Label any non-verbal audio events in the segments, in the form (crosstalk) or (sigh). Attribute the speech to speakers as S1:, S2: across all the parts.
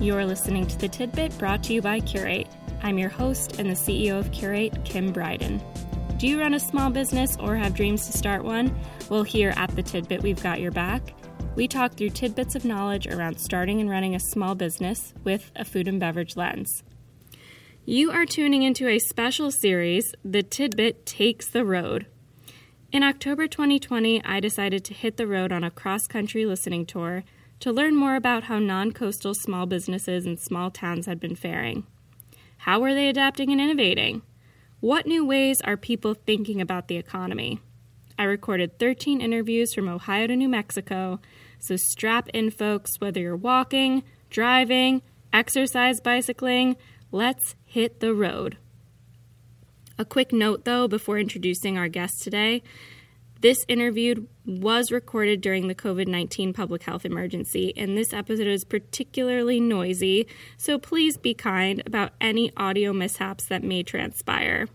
S1: You are listening to The Tidbit brought to you by Curate. I'm your host and the CEO of Curate, Kim Bryden. Do you run a small business or have dreams to start one? Well, here at The Tidbit, we've got your back. We talk through tidbits of knowledge around starting and running a small business with a food and beverage lens. You are tuning into a special series, The Tidbit Takes the Road. In October 2020, I decided to hit the road on a cross country listening tour to learn more about how non coastal small businesses and small towns had been faring. How are they adapting and innovating? What new ways are people thinking about the economy? I recorded 13 interviews from Ohio to New Mexico, so strap in, folks, whether you're walking, driving, exercise bicycling, let's hit the road. A quick note though before introducing our guest today. This interview was recorded during the COVID 19 public health emergency, and this episode is particularly noisy, so please be kind about any audio mishaps that may transpire.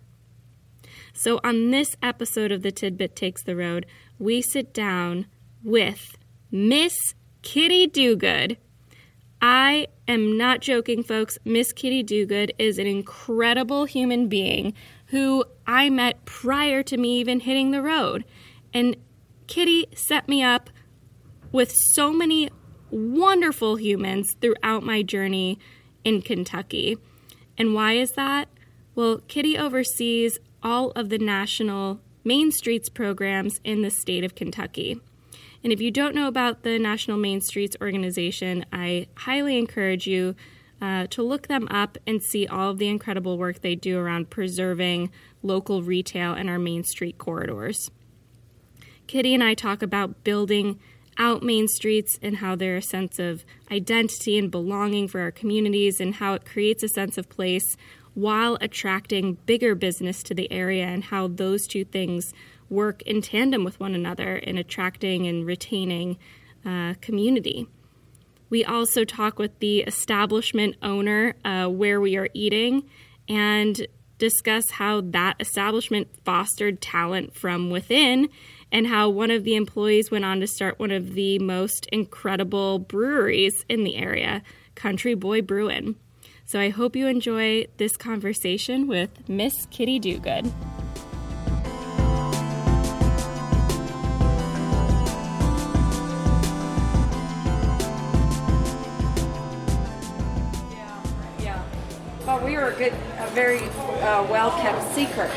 S1: So, on this episode of The Tidbit Takes the Road, we sit down with Miss Kitty Dogood. I am not joking, folks. Miss Kitty Dogood is an incredible human being who I met prior to me even hitting the road. And Kitty set me up with so many wonderful humans throughout my journey in Kentucky. And why is that? Well, Kitty oversees all of the national Main Streets programs in the state of Kentucky. And if you don't know about the National Main Streets organization, I highly encourage you uh, to look them up and see all of the incredible work they do around preserving local retail and our Main Street corridors. Kitty and I talk about building out Main Streets and how they're a sense of identity and belonging for our communities and how it creates a sense of place while attracting bigger business to the area and how those two things work in tandem with one another in attracting and retaining uh, community. We also talk with the establishment owner uh, where we are eating and discuss how that establishment fostered talent from within and how one of the employees went on to start one of the most incredible breweries in the area, Country Boy Brewin. So I hope you enjoy this conversation with Miss Kitty Dogood.
S2: Yeah. Well, we were a good, a very uh, well kept secret.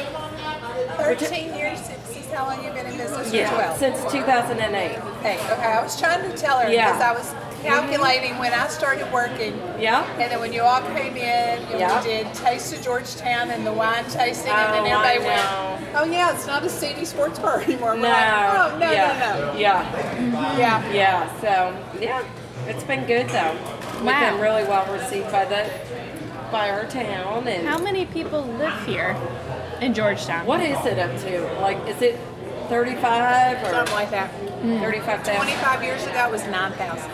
S3: 13 years since, since how long you've been in business? Or 12?
S2: Since 2008.
S3: Hey, okay, I was trying to tell her
S2: Yeah.
S3: because I was calculating when I started working.
S2: Yeah.
S3: And then when you all came in, and
S2: Yeah.
S3: we did Taste of Georgetown and the wine tasting,
S2: Oh,
S3: and then everybody
S2: I
S3: went, oh, yeah, it's not a city sports bar (laughs) anymore. We're
S2: No.
S3: like, oh, no,
S2: yeah.
S3: no, no.
S2: Yeah.
S3: Yeah.
S2: Yeah. So yeah, it's been good though. We've
S1: Wow.
S2: been really well received by the by our town and
S1: How many people live here in Georgetown?
S2: what is it up to? Like, is it 35
S3: Something
S2: or
S3: like that.
S2: 35,000?
S3: 25 years ago, it was 9,000.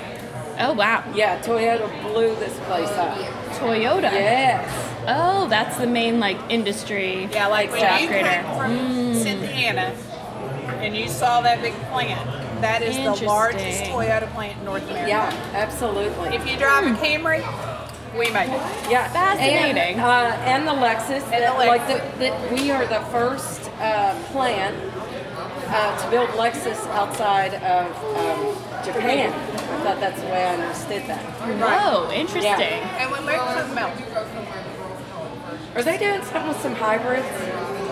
S1: Oh wow,
S2: Yeah, Toyota blew this place up.
S1: Toyota.
S2: Yes.
S1: Oh, that's the main like industry.
S3: Yeah, like when
S1: staff
S3: you
S1: grader.
S3: came from
S2: Mm.
S3: Santana and you saw that big plant, that is the largest
S1: Interesting.
S3: Toyota plant in North America.
S2: Yeah, absolutely.
S3: If you drive
S2: Hmm.
S3: a Camry, we made it.
S2: Yeah,
S1: Fascinating.
S2: And, uh, and the Lexus,
S3: And the
S2: like the, the, we are the first uh, plant uh, to build Lexus outside of um, Japan. I thought that's the way I understood that.
S1: Whoa, interesting.
S2: Yeah.
S3: And we moved to the mountain.
S2: Are they doing something with some hybrids?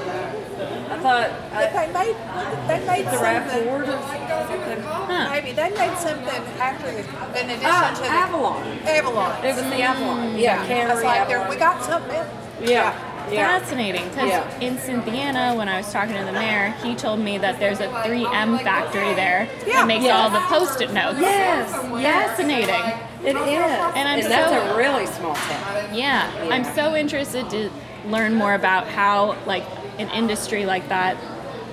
S2: I thought
S3: But
S2: uh,
S3: they made, they made
S2: the
S3: something,
S2: Raptor or something.
S3: maybe, they made something after the, in addition
S2: Ah,
S3: to the
S2: Avalon.
S3: Avalon.
S2: It was the Avalon. Yeah,
S3: I was
S2: Camry
S3: like, there,
S2: Avalon.
S3: we got something. else.
S2: yeah, yeah.
S1: Fascinating, because
S2: Yeah.
S1: in Cynthiana, when I was talking to the mayor, he told me that there's a 3M factory there that makes
S2: Yeah.
S1: all the post-it notes.
S2: Yes, yes.
S1: Fascinating.
S2: It is. And,
S1: I'm
S2: that's
S1: so-
S2: a really small town.
S1: Yeah, I'm so interested to learn more about how like an industry like that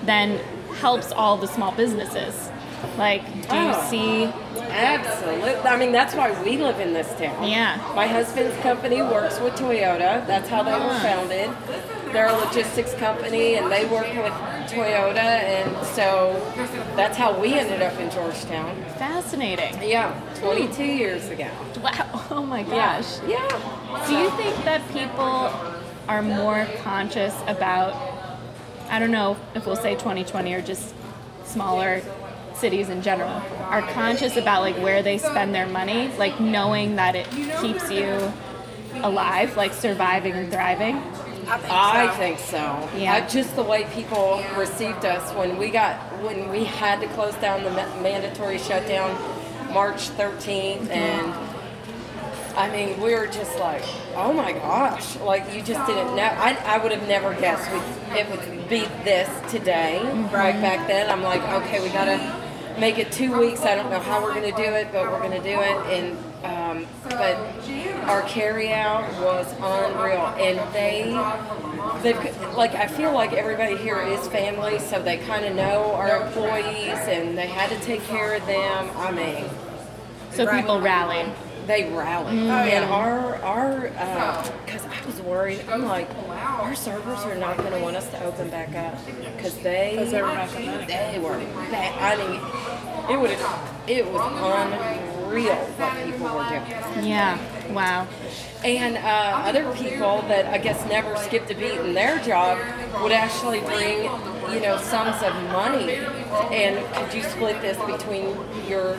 S1: then helps all the small businesses. Like, do you
S2: Oh.
S1: see?
S2: Absolutely. I mean, that's why we live in this town.
S1: Yeah.
S2: My husband's company works
S4: Ah.
S2: with Toyota. That's how they were founded. They're a logistics company, and they work with Toyota, and so that's how we ended up in Georgetown.
S4: Fascinating.
S2: Yeah, 22 years ago.
S4: Wow. (laughs) Oh my
S2: Yeah.
S4: Hmm. gosh.
S2: Yeah.
S4: Do you think that people are more conscious about, I don't know if we'll say 2020 or just smaller cities in general, are conscious about like where they spend their money, like knowing that it keeps you alive, like surviving and thriving?
S5: I think
S2: I
S5: so.
S2: think so.
S4: Yeah.
S2: Uh, just the way people received us when we got when we had to close down the ma- mandatory shutdown March 13th
S4: Mm-hmm.
S2: and I mean we were just like oh my gosh like you just didn't know I, I would have never guessed we, it would be this today right back then I'm like okay we gotta make it two weeks I don't know how we're gonna do it but we're gonna do it and um, but our carryout was unreal and they They've, like I feel like everybody here is family, so they kind of know our employees, and they had to take care of them. I mean,
S4: So
S5: Right.
S4: people rally.
S2: they rallied,
S4: Mm. Oh,
S2: and our our because I was worried. I'm like, our servers are not going to want us to open back up because they
S5: they were not gonna let
S2: they were bad. I mean, it would have it was unreal what people were doing.
S4: Yeah. Wow.
S2: And uh, other people that I guess never skipped a beat in their job would actually bring, you know, sums of money. And could you split this between your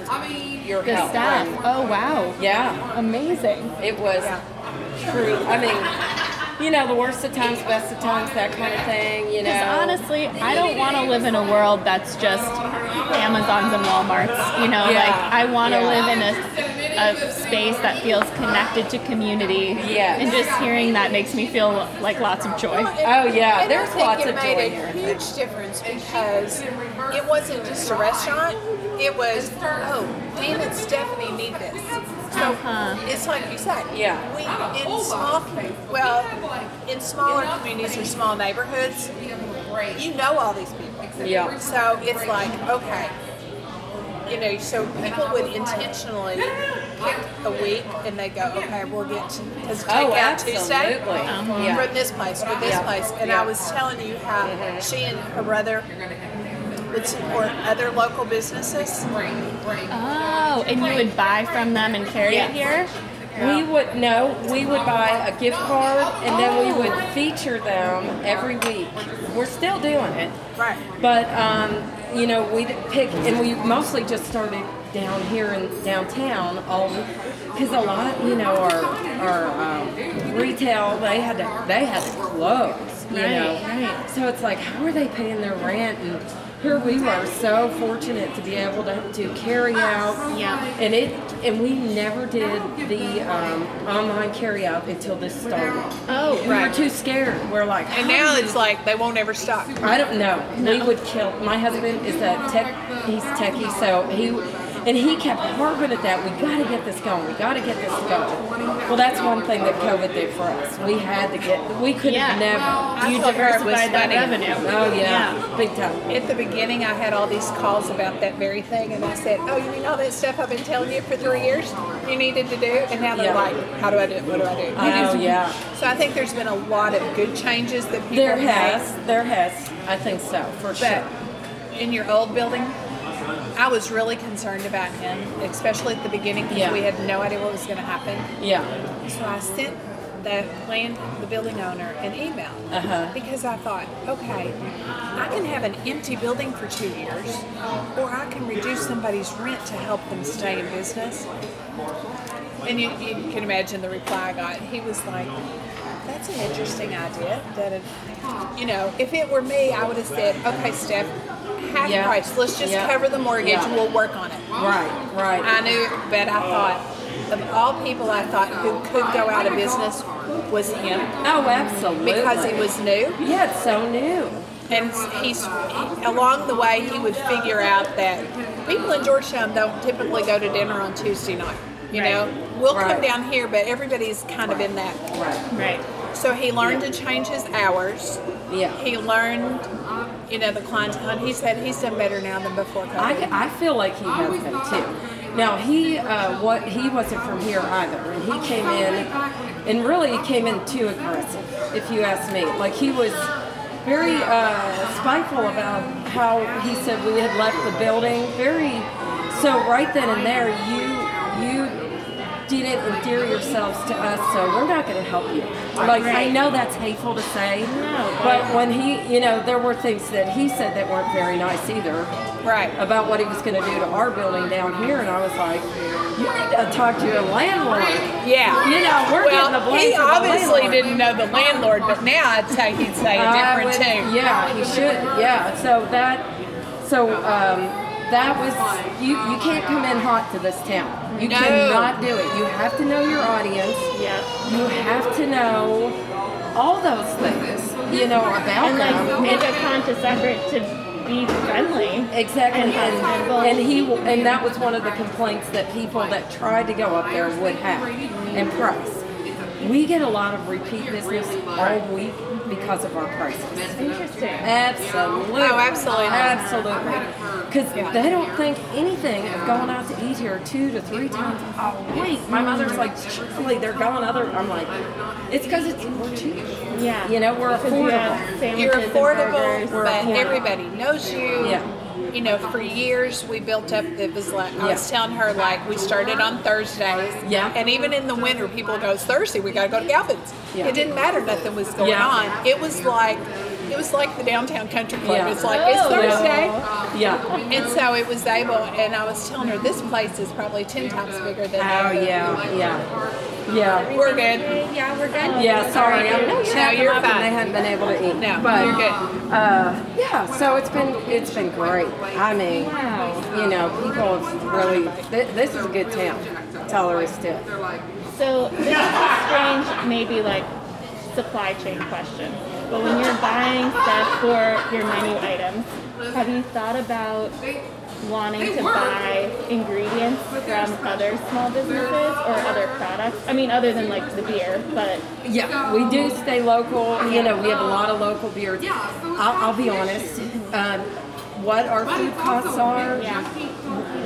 S2: your
S4: The
S2: help?
S4: staff.
S2: And,
S4: Oh wow.
S2: yeah,
S4: Amazing.
S2: it was true. I mean, you know, the worst of times, best of times, that kind of thing. You know,
S4: Because honestly, I don't want to live in a world that's just Amazons and Walmarts. You know,
S2: Yeah.
S4: like I want to
S2: Yeah.
S4: live in a, a space that feels connected to community.
S2: Yes.
S4: And just hearing that makes me feel like lots of joy.
S2: Oh, yeah,
S5: And I
S2: there's
S5: think
S2: lots
S5: it
S2: of
S5: made
S2: joy
S5: a
S2: here.
S5: Huge difference because it wasn't just a restaurant. It was oh, Dan and Stephanie need this. So
S4: Uh-huh.
S5: it's like you said.
S2: Yeah.
S5: We in small well in smaller communities or small neighborhoods, you know all these people.
S2: Yeah.
S5: So it's like okay. You know, so people would (laughs) intentionally pick a week and they go, okay, we'll get to, because
S2: oh,
S5: takeout Tuesday,
S2: absolutely.
S5: from
S2: Yeah.
S5: this place, from this
S2: Yeah. Mm-hmm.
S5: place. And
S2: Yeah.
S5: I was telling you how she and her brother would support other local businesses.
S4: Oh, and you would buy from them and carry it here?
S2: Yes. We would no, we would buy a gift card and then we would feature them every week. We're still doing it,
S5: Right.
S2: but um, you know we would pick and we mostly just started down here in downtown all because a lot you know our our um, retail they had to they had to close you know
S4: Right, right.
S2: so it's like how are they paying their rent and here we were so fortunate to be able to, to carry out
S4: Yeah.
S2: and it and we never did the um, online carryout until this started.
S4: Oh,
S2: We
S4: right.
S2: were too scared. We're like,
S5: And now it's like they won't ever stop.
S2: I don't know. We would kill. My husband is a tech. He's techie, so he and he kept harping at that. We got to get this going. We got to get this going. Well, that's one thing that COVID did for us. We had to get. We could
S4: Yeah.
S2: have never.
S4: You
S5: I thought hers was
S4: diversified that
S5: funny.
S4: revenue.
S2: Oh yeah, big time.
S5: At the beginning, I had all these calls about that very thing, and I said, "Oh, you mean all that stuff I've been telling you for three years? You needed to do." And now they're
S2: Yeah.
S5: like, "How do I do it? What do I do?"
S2: Oh yeah.
S5: So I think there's been a lot of good changes that people
S2: There
S5: have made.
S2: has. There has. I think so for sure.
S5: But in your old building, I was really concerned about him, especially at the beginning because
S2: Yeah.
S5: we had no idea what was going to happen.
S2: Yeah.
S5: So I sent the plan, the building owner, an email
S2: Uh-huh.
S5: because I thought, okay, I can have an empty building for two years, or I can reduce somebody's rent to help them stay in business. And you, you can imagine the reply I got. He was like, that's an interesting idea. That, if, you know, if it were me, I would have said, okay, Steph, half
S2: Yeah.
S5: price. Let's just
S2: Yeah.
S5: cover the mortgage.
S2: Yeah.
S5: We'll work on it.
S2: Right. Right.
S5: I knew, but I thought of all people I thought who could go out of business was him
S2: Oh, absolutely.
S5: because he was new,
S2: Yeah, it's so new.
S5: and he's along the way he would figure out that people in Georgetown don't typically go to dinner on Tuesday night. You know, we'll
S2: Right.
S5: come down here, but everybody's kind of in that.
S2: Right.
S4: Right.
S5: So he learned to change his hours.
S2: Yeah.
S5: He learned, you know, the clientele. And he said he's done better now than before COVID.
S2: I, I feel like he has been too. Now he uh, what he wasn't from here either, and he came in and really he came in too aggressive. If you ask me, like he was very uh, spiteful about how he said we had left the building. Very so right then and there, you you didn't endear yourselves to us, so we're not going to help you. Like I know that's hateful to say, but when he, you know, there were things that he said that weren't very nice either
S3: Right.
S2: about what he was going to do to our building down here, and I was like, you need to talk to your landlord.
S3: Yeah.
S2: You know, we're
S3: well,
S2: getting the blame
S3: he
S2: for the
S3: obviously
S2: landlord.
S3: didn't know the landlord, but now I'd say he'd say a
S2: I
S3: different
S2: would-
S3: too.
S2: Yeah, he should. Yeah. So that, so um, that was you. You can't come in hot to this town. You
S3: No.
S2: cannot do it. You have to know your audience.
S4: Yeah.
S2: You have to know all those things. You know about
S4: And
S2: them.
S4: like make a conscious effort to be friendly.
S2: Exactly,
S4: And
S2: and,
S4: hospitable.
S2: and he and that was one of the complaints that people that tried to go up there would have in price. We get a lot of repeat business all week because of our prices.
S4: Interesting.
S2: Absolutely.
S3: Oh, absolutely.
S2: Absolutely. Because they don't think anything of going out to eat here two to three times a week. My mother's like, surely they're going other. I'm like, it's because it's more cheap.
S4: Yeah.
S2: You know, we're
S4: 'Cause you have
S2: affordable.
S4: sandwiches
S3: You're
S4: and burgers.
S3: affordable, but everybody knows you.
S2: Yeah.
S3: You know, for years we built up the Vizsla. I was
S2: Yeah.
S3: telling her like we started on Thursdays.
S2: Yeah.
S3: And even in the winter, people go "It's Thursday. We gotta go to Galvin's.
S2: Yeah.
S3: It didn't matter. Nothing was going
S2: Yeah.
S3: on. It was like it was like the downtown country club.
S2: Yeah.
S3: It's like it's
S4: Oh.
S3: Thursday.
S2: Yeah.
S3: And so it was able, and I was telling her this place is probably ten times bigger than.
S2: Oh
S3: ours."
S2: yeah, yeah, yeah,
S3: We're good.
S4: Yeah, we're good.
S2: yeah. Sorry, I'm not
S3: No,
S2: checking
S3: you're
S2: up and
S3: fine.
S2: they haven't been able to eat.
S3: No,
S2: but uh,
S3: you're good.
S2: yeah, so it's been it's been great. I mean, you know, people have really. Th- this is a good town. Teller is still.
S4: So this is a strange, maybe like supply chain question. But when you're buying stuff for your menu items, have you thought about wanting to buy ingredients from other small businesses or other products? I mean, other than like the beer, but
S2: Yeah, we do stay local. You know, we have a lot of local beers. I'll, I'll be honest. Um, what our food costs are,
S4: yeah,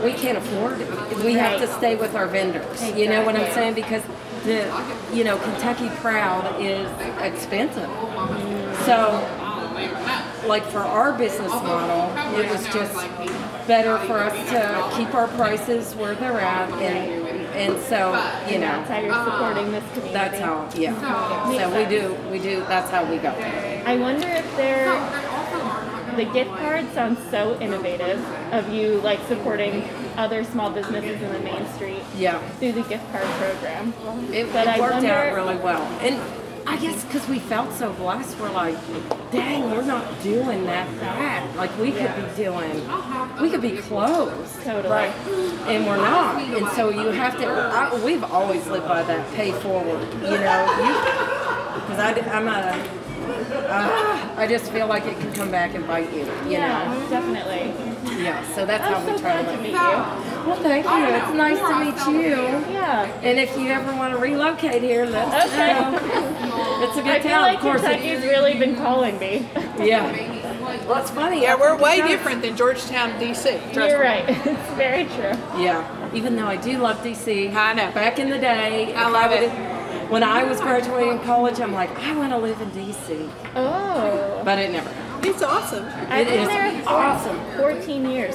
S2: we can't afford it. We have to stay with our vendors. You know what I'm saying? Because the you know Kentucky crowd is expensive. So, like for our business model, it was just better for us to keep our prices where they're at, and and so you know
S4: that's how you're supporting this community.
S2: that's how yeah. So we do we do that's how we go.
S4: I wonder if they're the gift card sounds so innovative of you like supporting other small businesses in the main street
S2: Yeah.
S4: through the gift card program.
S2: It, it
S4: But I
S2: worked out
S4: wonder-
S2: really well. And I guess because we felt so blessed, we're like, dang, we're not doing that bad. Like we could be doing, we could be closed.
S4: Totally.
S2: Right. And we're not. And so you have to, I, we've always lived by that pay forward, you know. Because I'm not a, uh, I just feel like it can come back and bite you, you
S4: Yeah, definitely.
S2: know. Yeah. So that's
S4: I'm
S2: how we
S4: so
S2: try
S4: glad
S2: to
S4: to
S2: live.
S4: meet you. Oh,
S2: Well, thank you. It's nice to meet you.
S4: Yeah.
S2: And if you ever want to relocate here, let us
S4: Okay.
S2: know. It's a good
S4: I feel
S2: town,
S4: like
S2: of course. it-
S4: Kentucky's really been calling me. (laughs)
S2: yeah. Well, it's funny.
S3: Yeah,
S2: I
S3: we're
S2: think
S3: way
S2: it's-
S3: different than Georgetown, D.C. Trust
S4: You're
S3: me.
S4: right. (laughs) It's very true.
S2: Yeah. Even though I do love DC.
S3: I know.
S2: Back in the day,
S3: I
S2: if
S3: love
S2: would've-
S3: it.
S2: When I was graduating college, I'm like, I want to live in DC,
S4: Oh.
S2: but it never. happened.
S3: It's awesome.
S4: I've
S2: It
S4: been
S2: is
S4: there for
S2: awesome.
S4: 14 years.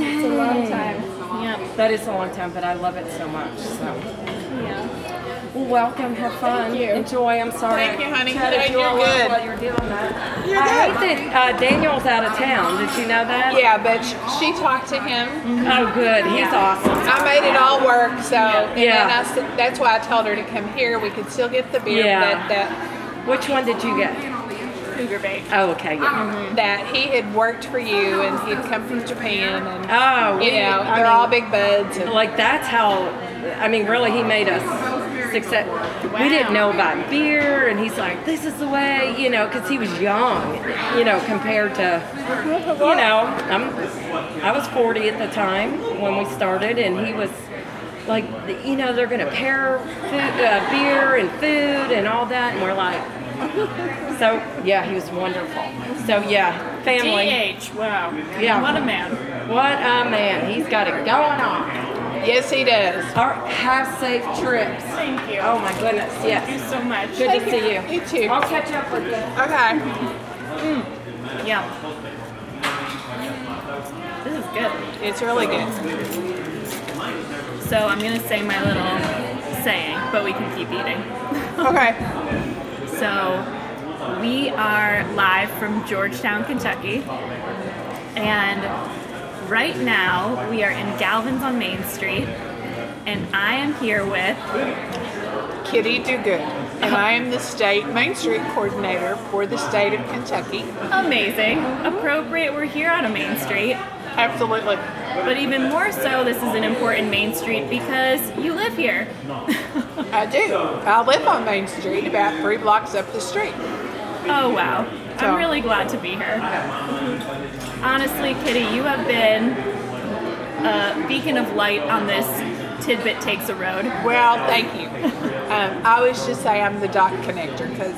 S4: It's a long time. Yeah.
S2: That is a long time, but I love it so much. So.
S4: Yeah.
S2: Well, welcome. Have fun.
S4: Thank you.
S2: Enjoy. I'm sorry.
S3: Thank you, honey.
S2: Chatted
S3: No,
S2: you
S3: you're
S2: all up
S3: good.
S2: While you're doing that. I
S3: You're good.
S2: hate that uh, Daniel's out of town. Did you know that?
S3: Yeah, but sh- she talked to him.
S2: Oh, good. He's awesome.
S3: I made it all work. So and
S2: Yeah.
S3: then I said, that's why I told her to come here. We could still get the beer
S2: Yeah.
S3: that, that
S2: Which one did you get?
S4: Cougar bait.
S2: Oh, okay.
S3: Um,
S2: Yeah.
S3: that he had worked for you and he'd come from Japan and
S2: Oh,
S3: you
S2: we-
S3: know
S2: I
S3: they're
S2: mean-
S3: all big buds. And,
S2: Like that's how. I mean, really, he made us success. We didn't know about beer, and he's like, "This is the way," you know, because he was young, you know, compared to, you know, I'm, I was 40 at the time when we started, and he was like, you know, they're gonna pair food, uh, beer and food and all that, and we're like, (laughs) so yeah, he was wonderful. So yeah, family.
S4: DH. Wow.
S2: Yeah.
S4: What a man.
S2: What a man. He's got it going on.
S3: yes, he does.
S2: Our have safe trips.
S4: Thank you.
S2: Oh my goodness,
S4: Thank
S2: yes.
S4: you so much.
S2: Good to see you.
S3: You too.
S2: I'll catch up with you.
S3: Okay.
S4: Yum. This is good.
S5: It's really good.
S4: So I'm gonna say my little saying, but we can keep eating.
S5: Okay.
S4: So we are live from Georgetown, Kentucky. And right now we are in Galvin's on Main Street. And I am here with
S5: Kitty Do Good. And I am the state Main Street coordinator for the state of Kentucky.
S4: amazing, appropriate, we're here on a Main Street.
S5: Absolutely.
S4: But even more so, this is an important Main Street because you live here.
S5: I do. I live on Main Street, about three blocks up the street.
S4: Oh wow.
S5: So-
S4: I'm really glad to be here. Honestly, Kitty, you have been a beacon of light on this tidbit takes a road.
S5: Well, thank you. Um, I always just say I'm the dot connector because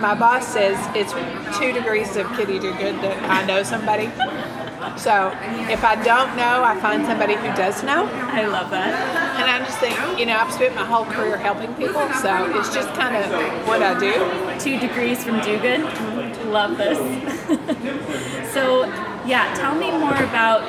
S5: my boss says it's two degrees of kitty do good that I know somebody. So if I don't know, I find somebody who does know.
S4: I love that.
S5: And I just think, you know, I've spent my whole career helping people, so it's just kind of what I do.
S4: Two degrees from Do Good. Love this. (laughs) so, yeah, tell me more about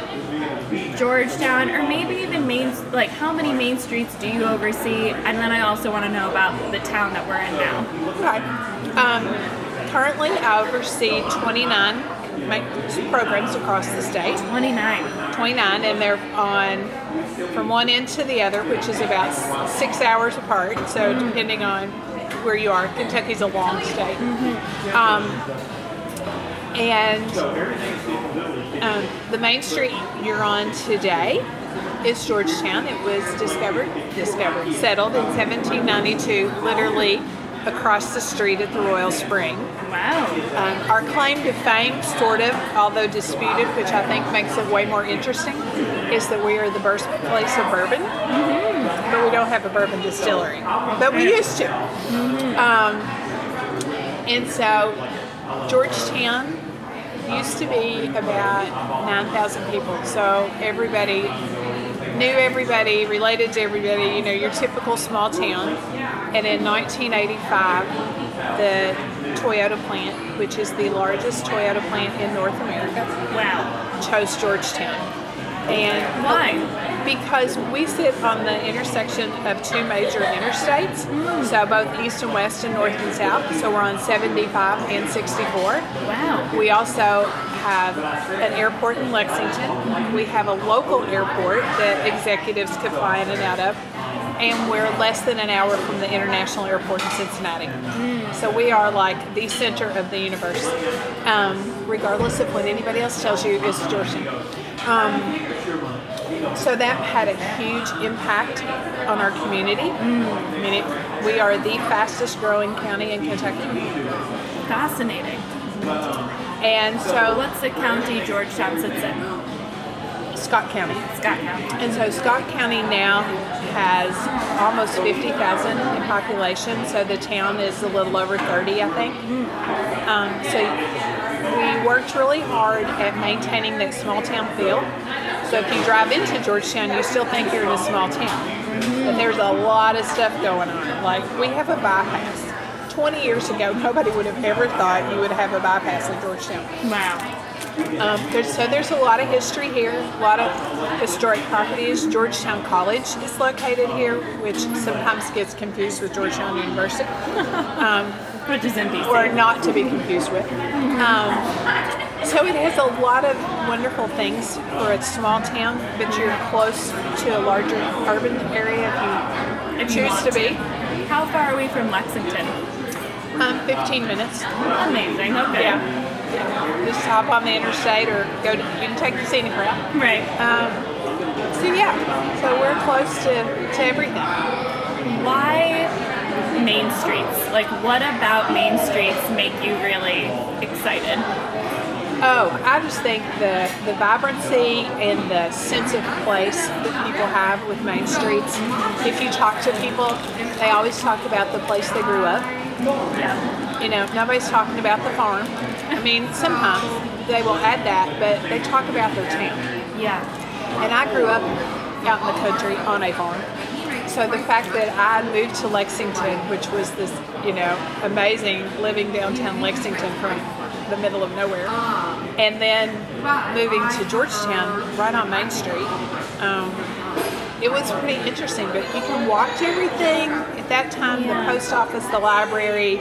S4: Georgetown, or maybe even main, like how many main streets do you oversee? And then I also want to know about the town that we're in now.
S5: Right. Um, currently, I oversee 29 ma- programs across the state.
S4: 29.
S5: 29 and they're on from one end to the other which is about s- six hours apart so depending on where you are kentucky's a long state um, and um, the main street you're on today is georgetown it was discovered discovered settled in 1792 literally across the street at the royal spring
S4: Wow.
S5: um, our claim to fame, sort of, although disputed, which I think makes it way more interesting, is that we are the birthplace of bourbon, but we don't have a bourbon distillery. But we used to. Um, and so Georgetown used to be about 9,000 people, so everybody knew everybody, related to everybody, you know, your typical small town. And in 1985, the Toyota plant, which is the largest Toyota plant in North America,
S4: Wow.
S5: chose Georgetown. And
S4: Why?
S5: because we sit on the intersection of two major interstates, so both east and west and north and south, so we're on 75 and 64.
S4: Wow.
S5: We also have an airport in Lexington. We have a local airport that executives could fly in and out of. And we're less than an hour from the international airport in Cincinnati. So we are like the center of the universe, um, regardless of what anybody else tells you is Georgetown. Um, so that had a huge impact on our community. I mean, it, we are the fastest growing county in Kentucky.
S4: Fascinating.
S5: And so,
S4: What's the county Georgetown sits in?
S5: Scott County.
S4: Scott County.
S5: And so Scott County now has almost 50,000 in population, so the town is a little over 30, I think. Um, so we worked really hard at maintaining that small town feel. So if you drive into Georgetown, you still think you're in a small town. But there's a lot of stuff going on. Like we have a bypass. 20 years ago, nobody would have ever thought you would have a bypass in Georgetown.
S4: Wow.
S5: Um, there's, so there's a lot of history here, a lot of historic properties. Georgetown College is located here, which sometimes gets confused with Georgetown University,
S4: Which is in BC.
S5: or not to be confused with. Um, so it has a lot of wonderful things for a small town, but you're close to a larger urban area if you choose to be.
S4: How far are we from Lexington?
S5: Um, 15 minutes.
S4: Amazing. Okay.
S5: Yeah. Just hop on the interstate or go to, you can take the scenic route.
S4: Right.
S5: Um, so yeah, so we're close to, to everything.
S4: Why Main Streets? Like, what about Main Streets make you really excited?
S5: Oh, I just think the, the vibrancy and the sense of place that people have with Main Streets. If you talk to people, they always talk about the place they grew up.
S4: Yeah.
S5: You know, nobody's talking about the farm. I mean, sometimes they will add that, but they talk about their town.
S4: Yeah.
S5: And I grew up out in the country on a farm. So the fact that I moved to Lexington, which was this, you know, amazing living downtown Lexington from the middle of nowhere, and then moving to Georgetown, right on Main Street. Um, it was pretty interesting, but you can walk to everything. At that time,
S4: Yeah.
S5: the post office, the library,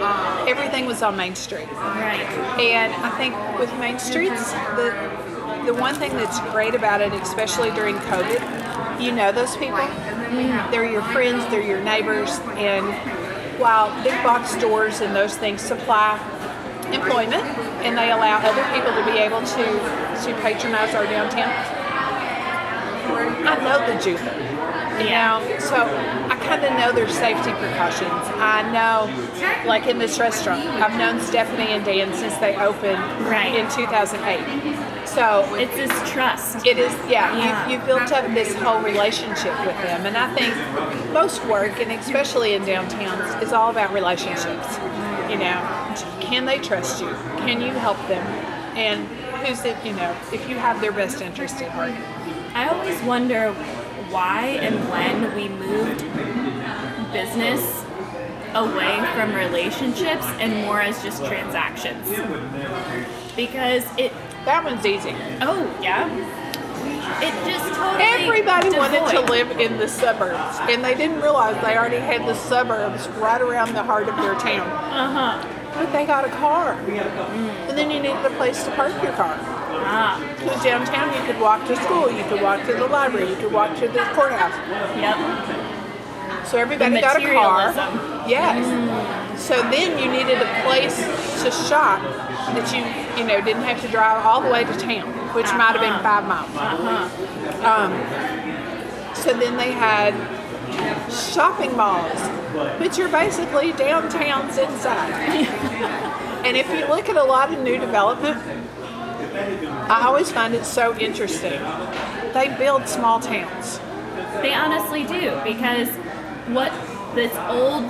S5: everything was on Main Street.
S4: Right.
S5: And I think with Main Streets, the the one thing that's great about it, especially during COVID, you know those people. They're your friends, they're your neighbors, and while big box stores and those things supply employment and they allow other people to be able to to patronize our downtown. I know the Jupiter. You know, so I kind of know their safety precautions. I know, like in this restaurant, I've known Stephanie and Dan since they opened
S4: Right.
S5: in 2008. So
S4: It's this trust.
S5: it is, yeah,
S4: Yeah.
S5: You, you built up this whole relationship with them. And I think most work, and especially in downtowns, is all about relationships. You know, can they trust you? Can you help them? And who's it, you know, if you have their best interest at heart.
S4: I always wonder why and when we moved business away from relationships and more as just transactions. Because it,
S5: That one's easy.
S4: oh, yeah. It just totally.
S5: Everybody wanted to
S4: devoid-
S5: live in the suburbs, and they didn't realize they already had the suburbs right around the heart of their town.
S4: Uh-huh. Mm.
S5: But they got a car, and then you needed a place to park your car.
S4: Ah,
S5: In downtown, you could walk to school, you could walk to the library, you could walk to the courthouse.
S4: yep.
S5: So everybody got a car.
S4: materialism.
S5: Yes. So then you needed a place to shop that you you know didn't have to drive all the way to town, which might have been
S4: Uh-huh.
S5: five miles. Um,
S4: Uh-huh.
S5: So then they had shopping malls, but you're basically downtown's inside.
S4: (laughs)
S5: and if you look at a lot of new development, I always find it so interesting. They build small towns.
S4: They honestly do because what this old,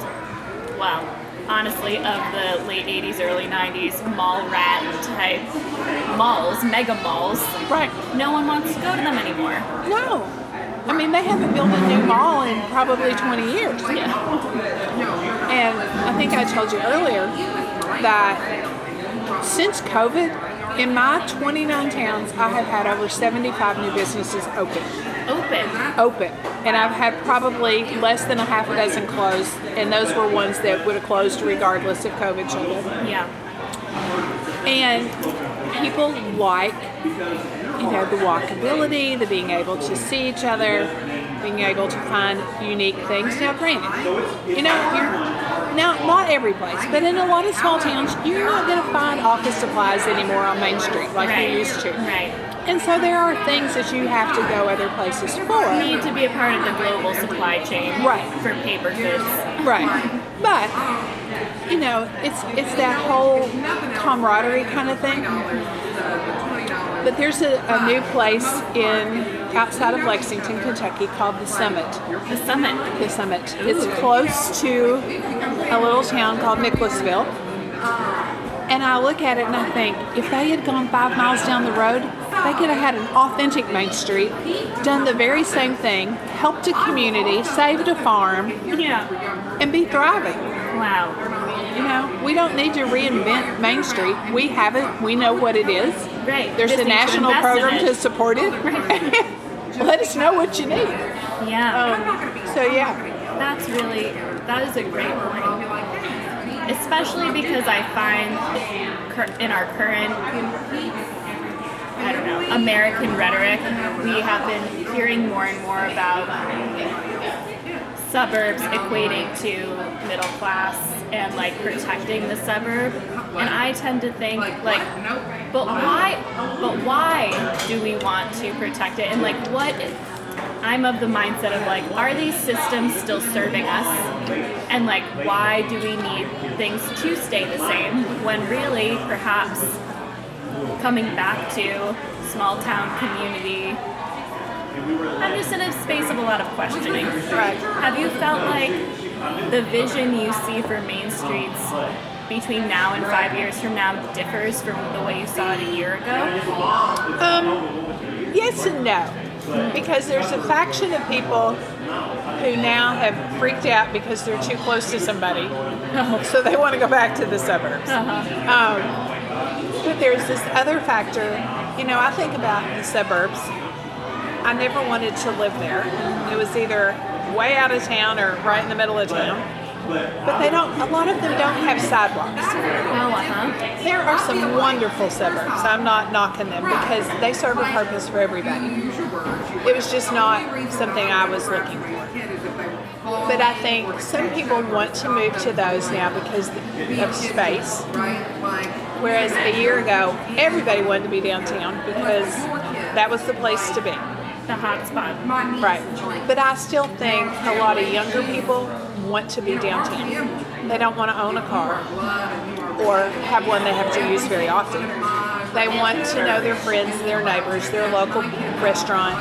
S4: well, honestly, of the late 80s, early 90s, mall rat type malls, mega malls,
S5: Right.
S4: no one wants to go to them anymore.
S5: No. I mean, they haven't built a new mall in probably 20 years.
S4: Yeah.
S5: And I think I told you earlier that since COVID, in my 29 towns, I have had over 75 new businesses open.
S4: Open.
S5: open. And I've had probably less than a half a dozen closed, and those were ones that would have closed regardless of COVID shutdown.
S4: Yeah.
S5: And people like, you know, the walkability, the being able to see each other, being able to find unique things. Now, granted, you know, you're, now not every place, but in a lot of small towns, you're not going to find office supplies anymore on Main Street like
S4: Right.
S5: you used to.
S4: Right.
S5: And so there are things that you have to go other places for.
S4: Need to be a part of the global supply chain.
S5: Right.
S4: For paper goods.
S5: Right. But you know, it's it's that whole camaraderie kind of thing. But there's a, a new place in outside of Lexington, Kentucky called the Summit.
S4: The summit.
S5: The Summit. It's close to a little town called Nicholasville. And I look at it and I think, if they had gone five miles down the road, they could have had an authentic Main Street, done the very same thing, helped a community, saved a farm,
S4: Yeah.
S5: and be thriving.
S4: Wow.
S5: You know, we don't need to reinvent Main Street. We have it. We know what it is.
S4: Right.
S5: There's
S4: Just
S5: a
S4: need to
S5: national
S4: invest in
S5: program
S4: it.
S5: to support it.
S3: (laughs)
S5: Let us know what you need.
S4: Yeah.
S5: Oh, So yeah,
S4: That's really that is a great point. Especially because I find cur- in our current I don't know American rhetoric, we have been hearing more and more about suburbs equating to middle class and like protecting the suburb. And I tend to think like, but why? But why do we want to protect it? And like, what? I'm of the mindset of like, are these systems still serving us? And like, why do we need things to stay the same when really perhaps coming back to small town community? I'm just in a space of a lot of questioning.
S5: right.
S4: Have you felt like the vision you see for Main Streets between now and five years from now differs from the way you saw it a year ago?
S5: Um, yes and no, because there's a faction of people who now have freaked out because they're too close to somebody,
S3: so they want to go back to the suburbs.
S4: Uh-huh.
S3: Um, but there's this other factor. You know, I think about the suburbs. I never wanted to live there. It was either way out of town or right in the middle of town. But they don't. A lot of them don't have sidewalks.
S4: Oh, uh-huh.
S3: There are some wonderful suburbs. I'm not knocking them because they serve a purpose for everybody. It was just not something I was looking for. But I think some people want to move to those now because of space. Whereas a year ago, everybody wanted to be downtown because that was the place to be.
S4: The hot spot.
S3: Right. But I still think a lot of younger people want to be downtown. They don't want to own a car or have one they have to use very often. They want to know their friends, their neighbors, their local restaurant.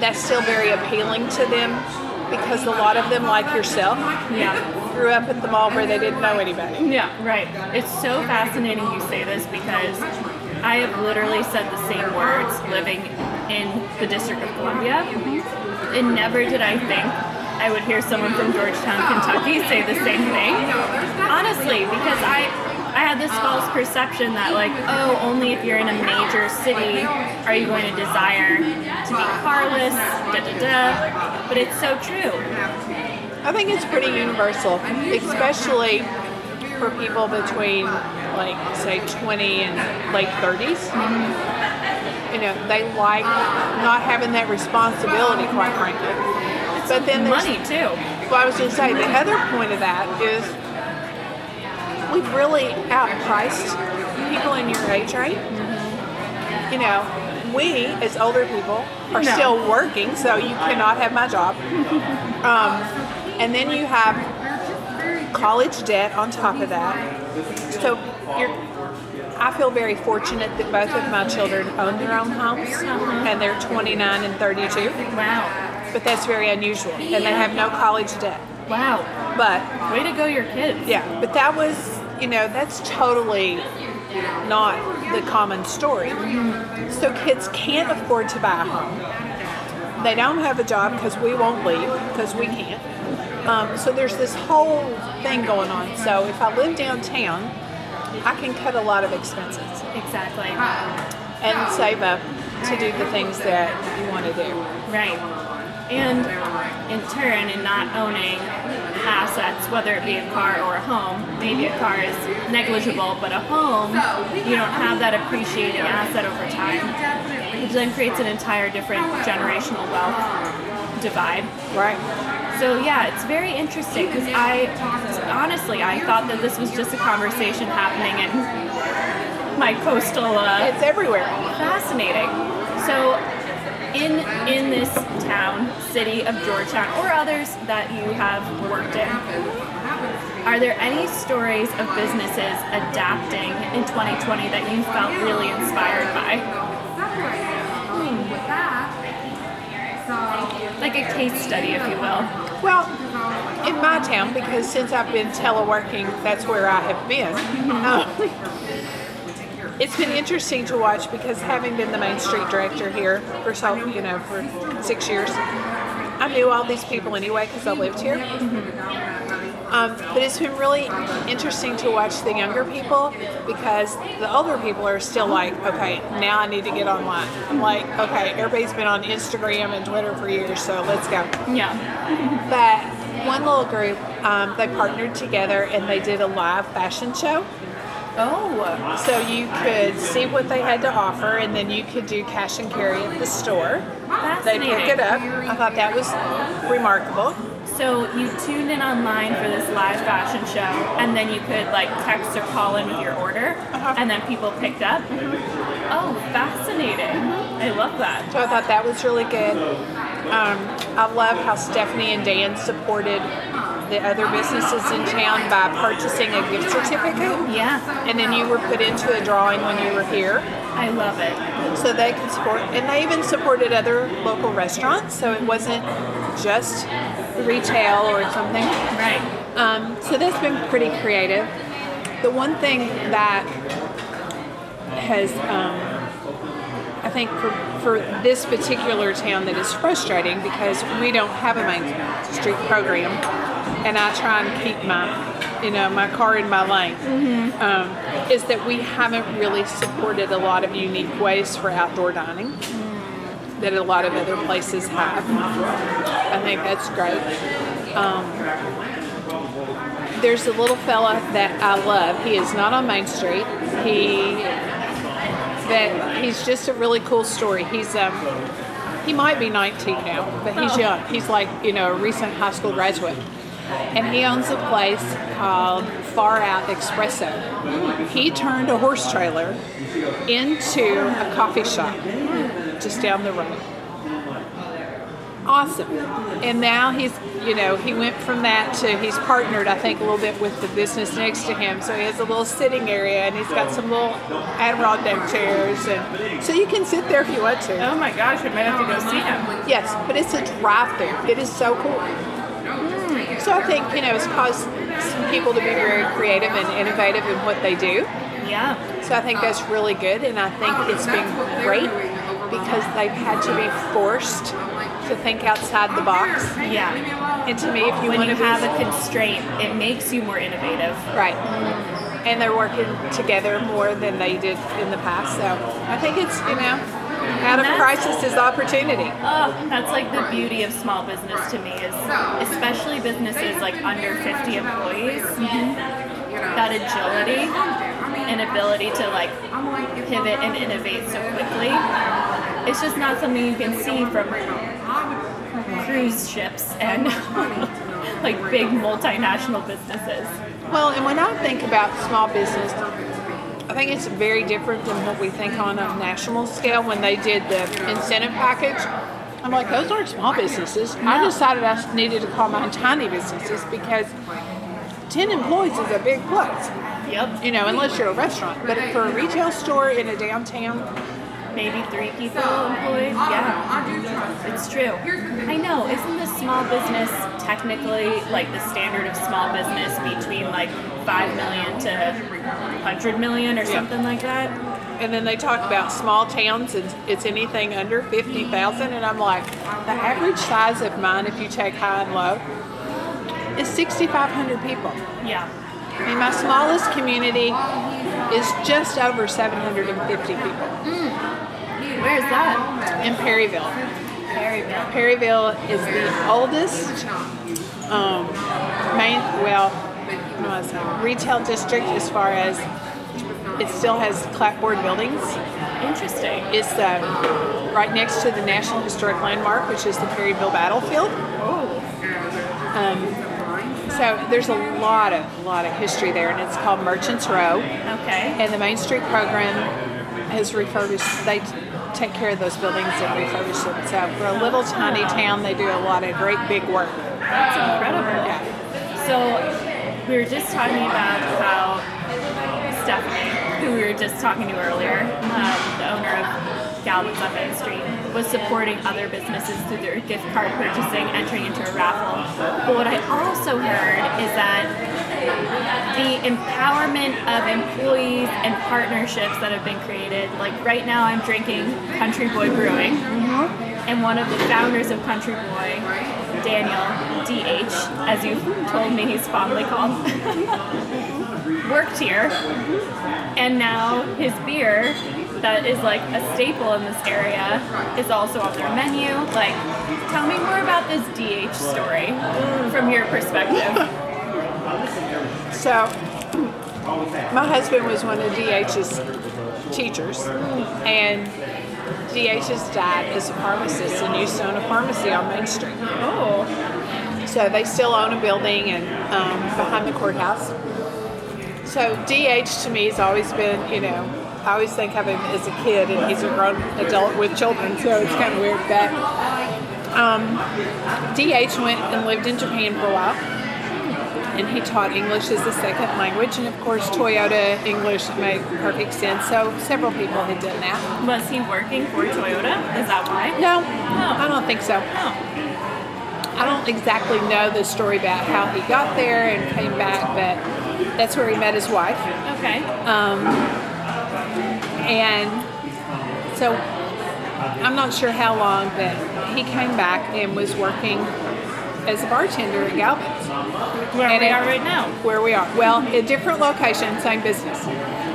S3: That's still very appealing to them because a lot of them, like yourself,
S4: Yeah.
S3: grew up at the mall where they didn't know anybody.
S4: Yeah, right. It's so fascinating you say this because I have literally said the same words living in the District of Columbia. And never did I think I would hear someone from Georgetown, Kentucky say the same thing. Honestly, because I I had this false perception that like, oh, only if you're in a major city are you going to desire to be carless, da da da. But it's so true.
S3: I think it's pretty universal, especially for people between, like, say, 20 and late 30s. You know, they like not having that responsibility, quite frankly. But then there's
S4: Money too.
S3: Well, I was going to say the other point of that is we've really outpriced people in your age range. You know, we as older people are
S4: No.
S3: still working, so you cannot have my job. um, and then you have college debt on top of that. So you're. I feel very fortunate that both of my children own their own homes, and they're 29 and 32.
S4: Wow.
S3: But that's very unusual, and they have no college debt.
S4: Wow.
S3: But
S4: Way to go your kids.
S3: yeah, but that was, you know, that's totally not the common story. So kids can't afford to buy a home. They don't have a job because we won't leave because we can't. Um, so there's this whole thing going on. So if I live downtown, I can cut a lot of expenses
S4: Exactly.
S3: and save up to do the things that you want to do.
S4: Right. And in turn, in not owning assets, whether it be a car or a home, maybe a car is negligible, but a home, you don't have that appreciating asset over time, which then creates an entire different generational wealth divide.
S3: Right.
S4: So yeah, it's very interesting because I honestly I thought that this was just a conversation happening in my coastal uh,
S3: It's everywhere.
S4: fascinating. So, in in this town, city of Georgetown, or others that you have worked in, are there any stories of businesses adapting in 2020 that you felt really inspired by?
S3: Hmm,
S4: Like a case study, if you will.
S3: Well, in my town, because since I've been teleworking, that's where I have been. Um, it's been interesting to watch because having been the Main Street director here for so you know for six years, I knew all these people anyway because I lived here. Um, but it's been really interesting to watch the younger people because the older people are still like, okay, now I need to get online. I'm like, okay, everybody's been on Instagram and Twitter for years, so let's go.
S4: Yeah.
S3: But one little group, um, they partnered together and they did a live fashion show.
S4: Oh.
S3: So you could see what they had to offer and then you could do cash and carry at the store. They
S4: Fascinating.
S3: pick it up. I thought that was remarkable.
S4: So you tuned in online for this live fashion show, and then you could like text or call in with your order, and then people picked up. Oh, fascinating! I love that.
S3: So I thought that was really good. Um, I love how Stephanie and Dan supported the other businesses in town by purchasing a gift certificate.
S4: Yeah,
S3: And then you were put into a drawing when you were here.
S4: I love it.
S3: so they could support and they even supported other local restaurants so it wasn't just retail or something
S4: Right.
S3: um, so that's been pretty creative the one thing that has um, i think for, for this particular town that is frustrating because we don't have a main street program and i try and keep my you know my car in my lane um, is that we haven't really supported a lot of unique ways for outdoor dining that a lot of other places have. I think that's great. Um, there's a little fella that I love. He is not on Main Street. He that he's just a really cool story. He's um, he might be 19 now, but he's young. He's like, you know, a recent high school graduate. And he owns a place called Far Out Espresso. He turned a horse trailer into a coffee shop just down the road. Awesome. And now he's, you know, he went from that to he's partnered, I think, a little bit with the business next to him. So he has a little sitting area and he's got some little Adirondack chairs. And Uh-huh. so you can sit there if you want to.
S5: Oh my gosh, I might have to go see him.
S3: Yes, but it's a drive through. It is so cool. Mm. So I think, you know, it's caused some people to be very creative and innovative in what they do.
S4: Yeah.
S3: So I think that's really good, and I think it's been great because they've had to be forced to think outside the box.
S4: Yeah.
S3: And to me, if you
S4: When
S3: want
S4: you
S3: to
S4: have
S3: be,
S4: a constraint, it makes you more innovative.
S3: right, and they're working together more than they did in the past. So I think it's you know, out of
S4: that's-
S3: crisis is opportunity.
S4: Oh, that's like the beauty of small business to me is, especially businesses like under 50 employees, that agility and ability to like pivot and innovate so quickly. It's just not something you can see from cruise ships and (laughs) like big multinational businesses.
S3: Well, and when I think about small business, I think it's very different than what we think on a national scale. When they did the incentive package, I'm like, those aren't small businesses. I decided I needed to call mine tiny businesses because 10 employees is a big place,
S4: Yep,
S3: you know, unless you're a restaurant. But for a retail store in a downtown,
S4: maybe three people employed. Yeah. It's true. I know. Isn't the small business technically like the standard of small business between like five million to hundred million or something like that?
S3: And then they talk about small towns and it's anything under 50,000. And I'm like, the average size of mine, if you take high and low, is 6,500 people.
S4: Yeah.
S3: I mean, my smallest community is just over 750 people
S4: Mm. Where is that?
S3: in Perryville.
S4: Perryville.
S3: Perryville is the oldest um, main, well, no, it's not, retail district as far as it still has clapboard buildings.
S4: Interesting.
S3: It's uh, right next to the National Historic Landmark, which is the Perryville Battlefield. Um,
S4: Oh.
S3: So there's a lot of lot of history there, and it's called Merchants Row.
S4: Okay.
S3: And the Main Street program has refurbished. They t- take care of those buildings and refurbish them. So for a little tiny town, they do a lot of great big work.
S4: That's incredible. So we were just talking about how Stephanie, who we were just talking to earlier, um, the owner of Galvin's on Main Street, was supporting other businesses through their gift card purchasing, entering into a raffle. But what I also heard is that the empowerment of employees and partnerships that have been created. Like right now, I'm drinking Country Boy Brewing, and one of the founders of Country Boy, Daniel DH, as you told me, he's fondly called, (laughs) worked here, and now his beer. That is like a staple in this area is also on their menu. Like, tell me more about this DH story from your perspective.
S3: So my husband was one of DH's teachers, and DH's dad is a pharmacist and used to own a pharmacy on Main Street.
S4: Oh.
S3: So they still own a building and um, behind the courthouse. So DH to me has always been, you know, I always think of him as a kid, and he's a grown adult with children, so it's kind of weird. But um, DH went and lived in Japan for a while, and he taught English as a second language, and of course Toyota English made perfect sense. So several people had done that.
S4: Was he working for Toyota? Is that why?
S3: No, I don't think so.
S4: No.
S3: I don't exactly know the story about how he got there and came back, but that's where he met his wife.
S4: Okay.
S3: And so I'm not sure how long, but he came back and was working as a bartender at Galvin's.
S5: Where
S3: And
S5: we
S3: it-
S5: are right now.
S3: where we are. Well, a different location, same business.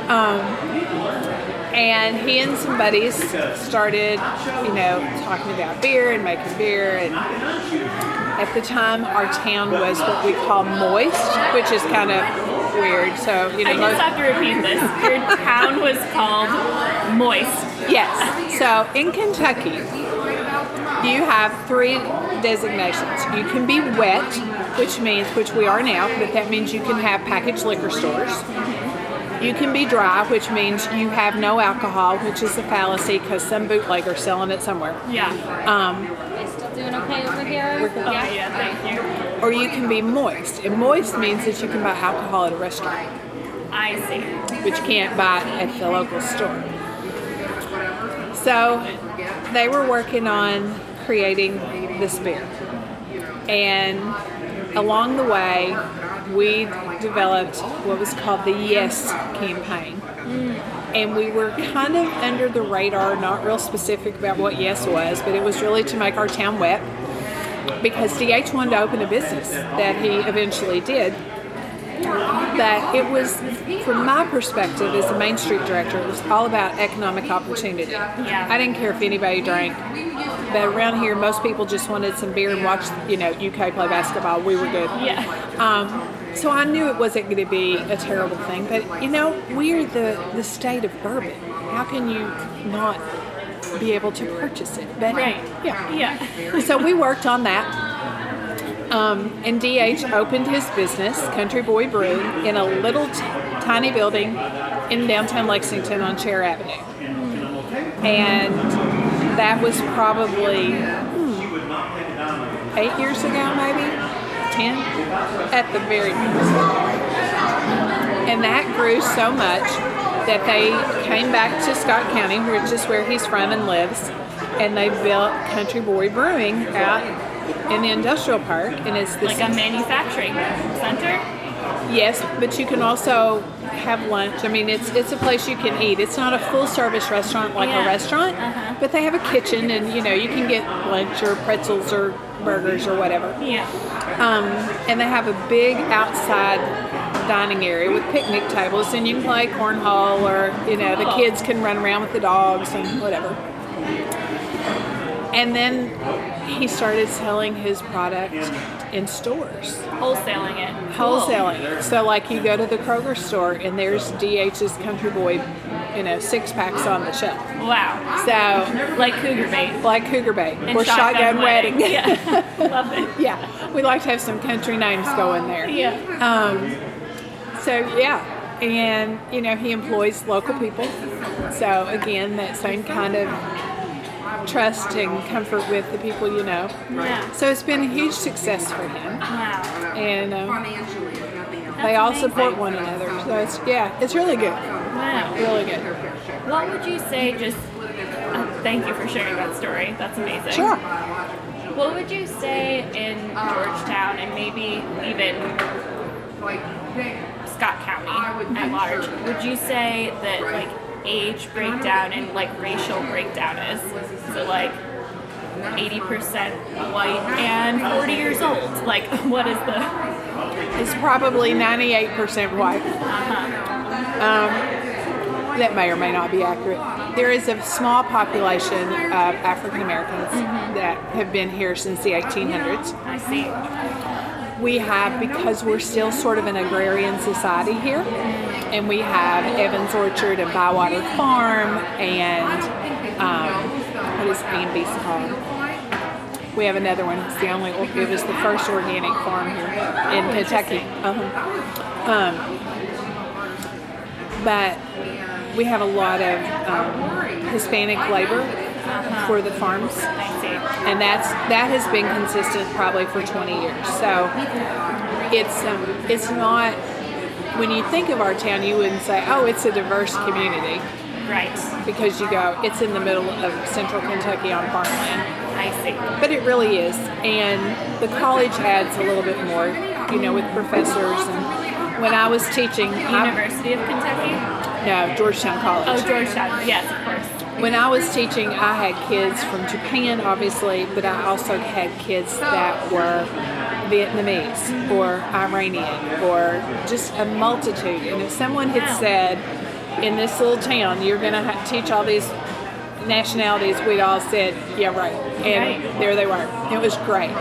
S3: Um, and he and some buddies started, you know, talking about beer and making beer. And at the time, our town was what we call moist, which is kind of weird. So, you know,
S5: I
S3: most-
S5: just have to repeat this. Your town was called Moist.
S3: Yes. So in Kentucky, you have three designations. You can be wet, which means, which we are now, but that means you can have packaged liquor stores. You can be dry, which means you have no alcohol, which is a fallacy because some bootlegger's selling it somewhere.
S5: Yeah.
S6: Still doing okay over here?
S5: Oh, yeah, thank you.
S3: Or you can be moist. And moist means that you can buy alcohol at a restaurant.
S5: I see.
S3: which you can't buy at the local store. So they were working on creating this beer. And along the way, we developed what was called the Yes campaign. And we were kind of under the radar, not real specific about what Yes was, but it was really to make our town wet because DH wanted to open a business that he eventually did that it was, from my perspective as a Main Street director, it was all about economic opportunity. I didn't care if anybody drank, but around here, most people just wanted some beer and watch, you know, UK play basketball. We were good.
S5: Yeah.
S3: Um, so I knew it wasn't going to be a terrible thing, but you know, we're the, the state of bourbon. How can you not be able to purchase it? But
S5: Right.
S3: yeah,
S5: Yeah.
S3: (laughs) so we worked on that. Um, and DH opened his business, Country Boy Brew, in a little t- tiny building in downtown Lexington on Chair Avenue. And that was probably hmm, eight years ago, maybe? Ten? At the very least. And that grew so much that they came back to Scott County, which is where he's from and lives, and they built Country Boy Brewing out in the industrial park. And it's this
S5: Like a manufacturing center.
S3: yes, but you can also have lunch. I mean, it's it's a place you can eat. It's not a full service restaurant like a
S5: Yeah. Uh-huh.
S3: restaurant, but they have a kitchen, and you know you can get lunch or pretzels or burgers or whatever.
S5: Yeah.
S3: Um, and they have a big outside dining area with picnic tables, and you can play cornhole, or you know the kids can run around with the dogs and whatever. And then he started selling his product in stores,
S5: Wholesaling it. Cool.
S3: wholesaling. So like you go to the Kroger store, and there's DH's Country Boy, you know, six packs on the shelf.
S5: Wow.
S3: So
S5: Like cougar bait.
S3: like Cougar Bay
S5: And
S3: or Shotgun,
S5: (laughs)
S3: Wedding. (laughs)
S5: Yeah. Love it.
S3: yeah, we like to have some country names going there.
S5: Yeah.
S3: So yeah, and you know he employs local people. So again, that same kind of trust and comfort with the people you know.
S5: Yeah.
S3: So it's been a huge success for him,
S5: Wow.
S3: and um, they
S5: That's
S3: all
S5: amazing.
S3: support one another. So it's yeah, it's really good,
S5: Wow.
S3: really good.
S5: What would you say just uh, thank you for sharing that story. That's amazing.
S3: Sure.
S5: What would you say in Georgetown and maybe even Scott County at large? Would you say that like age breakdown and like racial breakdown is so like 80% white and 40 years old? Like what is the
S3: It's probably 98% white. Um, that may or may not be accurate. There is a small population of African Americans that have been here since the 1800s.
S5: I see.
S3: we have because we're still sort of an agrarian society here and we have evans orchard and bywater farm and um, what is ambies called we have another one it's the only it was the first organic farm here in kentucky uh-huh. um, but we have a lot of um, hispanic labor for the farms
S5: I see.
S3: and that's that has been consistent probably for 20 years. So it's um, it's not when you think of our town, you wouldn't say, "Oh, it's a diverse community,"
S5: Right.
S3: because you go, "It's in the middle of central Kentucky on farmland,"
S5: I see.
S3: but it really is. And the college adds a little bit more, you know, with professors. And when I was teaching, I,
S5: University of Kentucky?
S3: no Georgetown College.
S5: Oh, Georgetown. Yes, of course.
S3: When I was teaching, I had kids from Japan, obviously, but I also had kids that were Vietnamese or Iranian or just a multitude. And if someone had said, in this little town, you're going to ha- teach all these nationalities, we'd all said, yeah, right. And
S4: Right.
S3: there they were. It was great.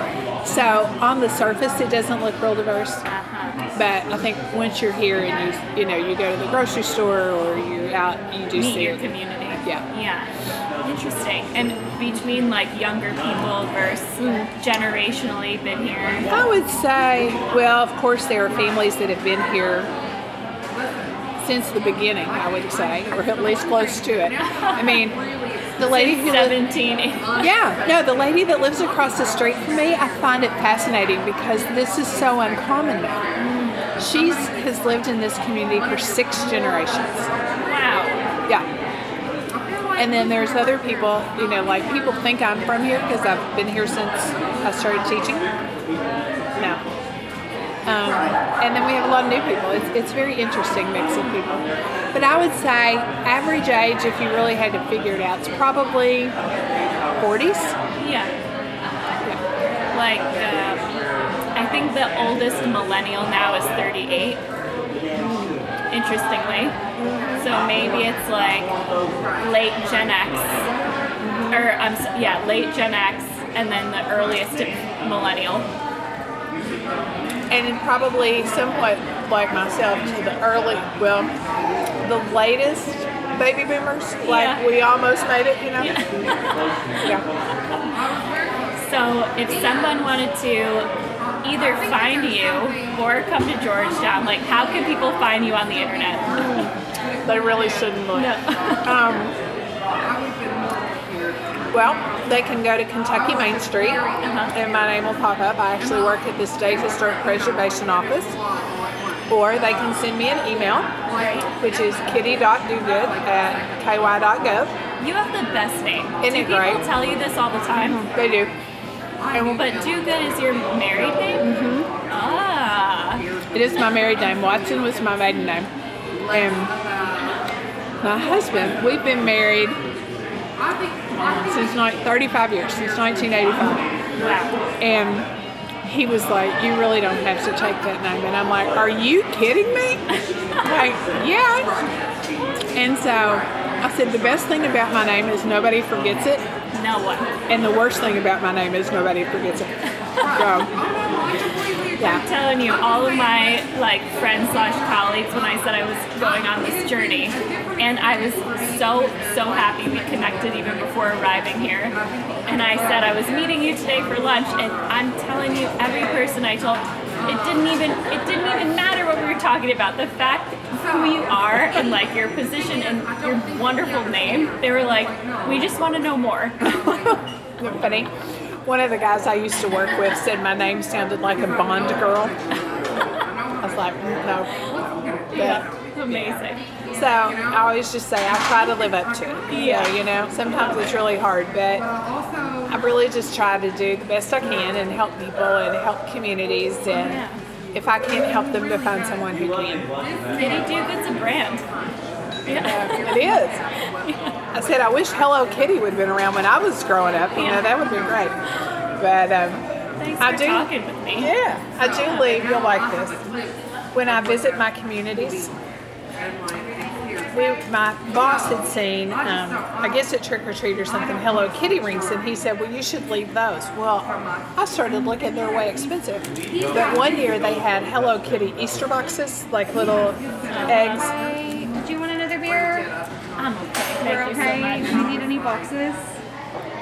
S3: So on the surface, it doesn't look real diverse.
S4: Uh-huh.
S3: But I think once you're here and you you know you go to the grocery store or you're out, you do
S4: meet
S3: see
S4: your
S3: it.
S4: community.
S3: Yeah.
S4: Yeah. Interesting. And between like younger people versus generationally been here.
S3: I would say, well, of course, there are families that have been here since the beginning, I would say, or at least close to it. I mean, the lady who lived,
S4: 17.
S3: yeah, no, the lady that lives across the street from me, I find it fascinating because this is so uncommon now. She's has lived in this community for six generations.
S4: (laughs) Wow.
S3: Yeah. And then there's other people, you know, like people think I'm from here because I've been here since I started teaching. No. Um, and then we have a lot of new people. It's, it's a very interesting mix of people. But I would say average age, if you really had to figure it out, it's probably 40s.
S4: Yeah. Like, um, I think the oldest millennial now is 38. Interestingly. So maybe it's like late Gen X, or I'm s- yeah, late Gen X, and then the earliest millennial.
S3: And probably somewhat like myself to the early, well, the latest baby boomers. Like
S4: Yeah.
S3: we almost made it, you know? yeah.
S4: So if someone wanted to either find you or come to Georgetown, like how can people find you on the internet? (laughs)
S3: They really shouldn't look.
S4: No.
S3: Um, well, they can go to Kentucky Main Street, and my name will pop up. I actually work at the state historic preservation office. Or they can send me an email, which is kitty.dogood at ky.gov.
S4: You have the best name. Do
S3: Isn't it
S4: people
S3: great? Mm-hmm.
S4: tell you this all the time?
S3: They do. And
S4: But Do Good is your married name? Mm-hmm. Ah.
S3: it is my married name. Watson was my maiden name. And my husband, we've been married since ni- 35 years, since 1985.
S4: Wow.
S3: And he was like, You really don't have to take that name. And I'm like, Are you kidding me? like, yeah. And so I said, The best thing about my name is nobody forgets it.
S4: No one.
S3: And the worst thing about my name is nobody forgets it. So,
S4: I'm
S3: yeah.
S4: telling you, all of my like friends slash colleagues when I said I was going on this journey, and I was so so happy we connected even before arriving here. And I said I was meeting you today for lunch, and I'm telling you, every person I told, it didn't even it didn't even matter what we were talking about. The fact who you are and like your position and your wonderful name, they were like, we just want to know more. (laughs)
S3: Isn't it funny? One of the guys I used to work with said my name sounded like a Bond girl. I was like, No. But,
S4: Amazing.
S3: So I always just say I try to live up to it. Yeah, you know, sometimes it's really hard, but I really just try to do the best I can and help people and help communities and if I can't help them to find someone who can.
S4: Did Do Good's a brand.
S3: It is. I said I wish Hello Kitty would have been around when I was growing up. You know, that would have been great. But um,
S4: Thanks for
S3: I do-
S4: talking with me.
S3: yeah, I do leave you like this. When I visit my communities, we, my boss had seen, um, I guess at Trick or Treat or something, Hello Kitty rings, and he said, Well, you should leave those. Well, I started looking, they're way expensive. But one year they had Hello Kitty Easter boxes, like little eggs.
S6: Hey, did you want another beer?
S4: I'm okay. Thank you
S6: We're
S4: so
S6: okay.
S4: much.
S6: Do you need any boxes?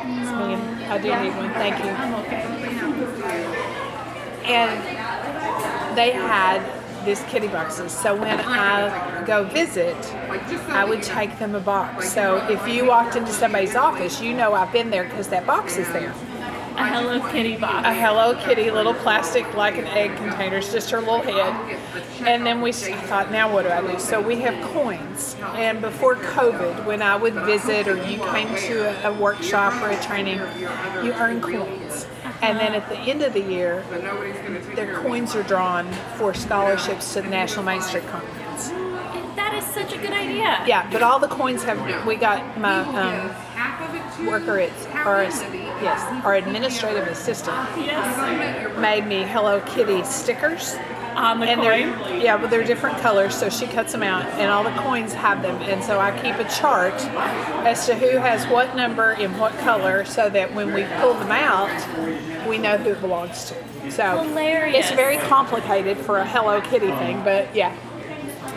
S3: I do need one, thank you.
S4: I'm okay.
S3: and they had this kitty boxes. So when I go visit, I would take them a box. So if you walked into somebody's office, you know I've been there because that box is there.
S4: A Hello Kitty
S3: A
S4: box.
S3: Hello Kitty little plastic like an egg container, it's just her little head. And then we I thought, now what do I do? So we have coins. And before COVID, when I would visit or you came to a, a workshop or a training, you earn coins. And then at the end of the year, their coins are drawn for scholarships to the National Main Street Conference.
S4: That is such a good idea.
S3: Yeah, but all the coins have we got my um,
S5: worker at our yes our administrative assistant made me Hello Kitty stickers.
S4: On the
S5: and
S4: coin.
S5: they're yeah, but they're different colors, so she cuts them out, and all the coins have them, and so I keep a chart as to who has what number in what color, so that when we pull them out, we know who it belongs to. So
S4: Hilarious.
S5: it's very complicated for a Hello Kitty thing, but yeah,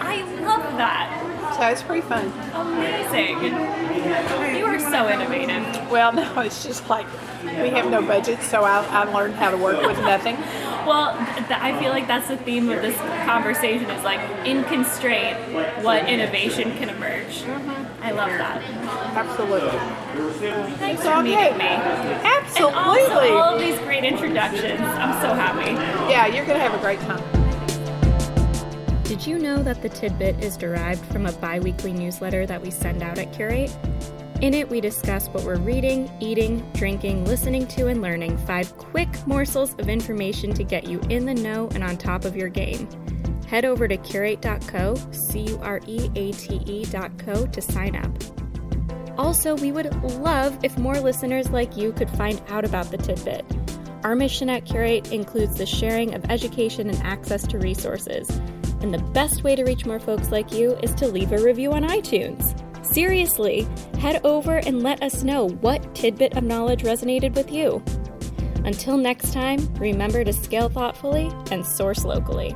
S4: I love that.
S5: so it's pretty fun.
S4: Amazing. You are so innovative.
S5: Well, (laughs) no, it's just like we have no budget, so I, I learned how to work with nothing.
S4: Well, th- th- I feel like that's the theme of this conversation is like in constraint, what innovation can emerge.
S5: Mm-hmm.
S4: I love that.
S5: Absolutely.
S4: Thanks
S5: So,
S4: for meeting
S5: okay.
S4: me. And also all
S5: Absolutely.
S4: of these great introductions. I'm so happy.
S5: Yeah, you're going to have a great time.
S1: Did you know that the tidbit is derived from a bi weekly newsletter that we send out at Curate? In it, we discuss what we're reading, eating, drinking, listening to, and learning five quick morsels of information to get you in the know and on top of your game. Head over to curate.co, C U R E A T E.co, to sign up. Also, we would love if more listeners like you could find out about the tidbit. Our mission at Curate includes the sharing of education and access to resources. And the best way to reach more folks like you is to leave a review on iTunes. Seriously, head over and let us know what tidbit of knowledge resonated with you. Until next time, remember to scale thoughtfully and source locally.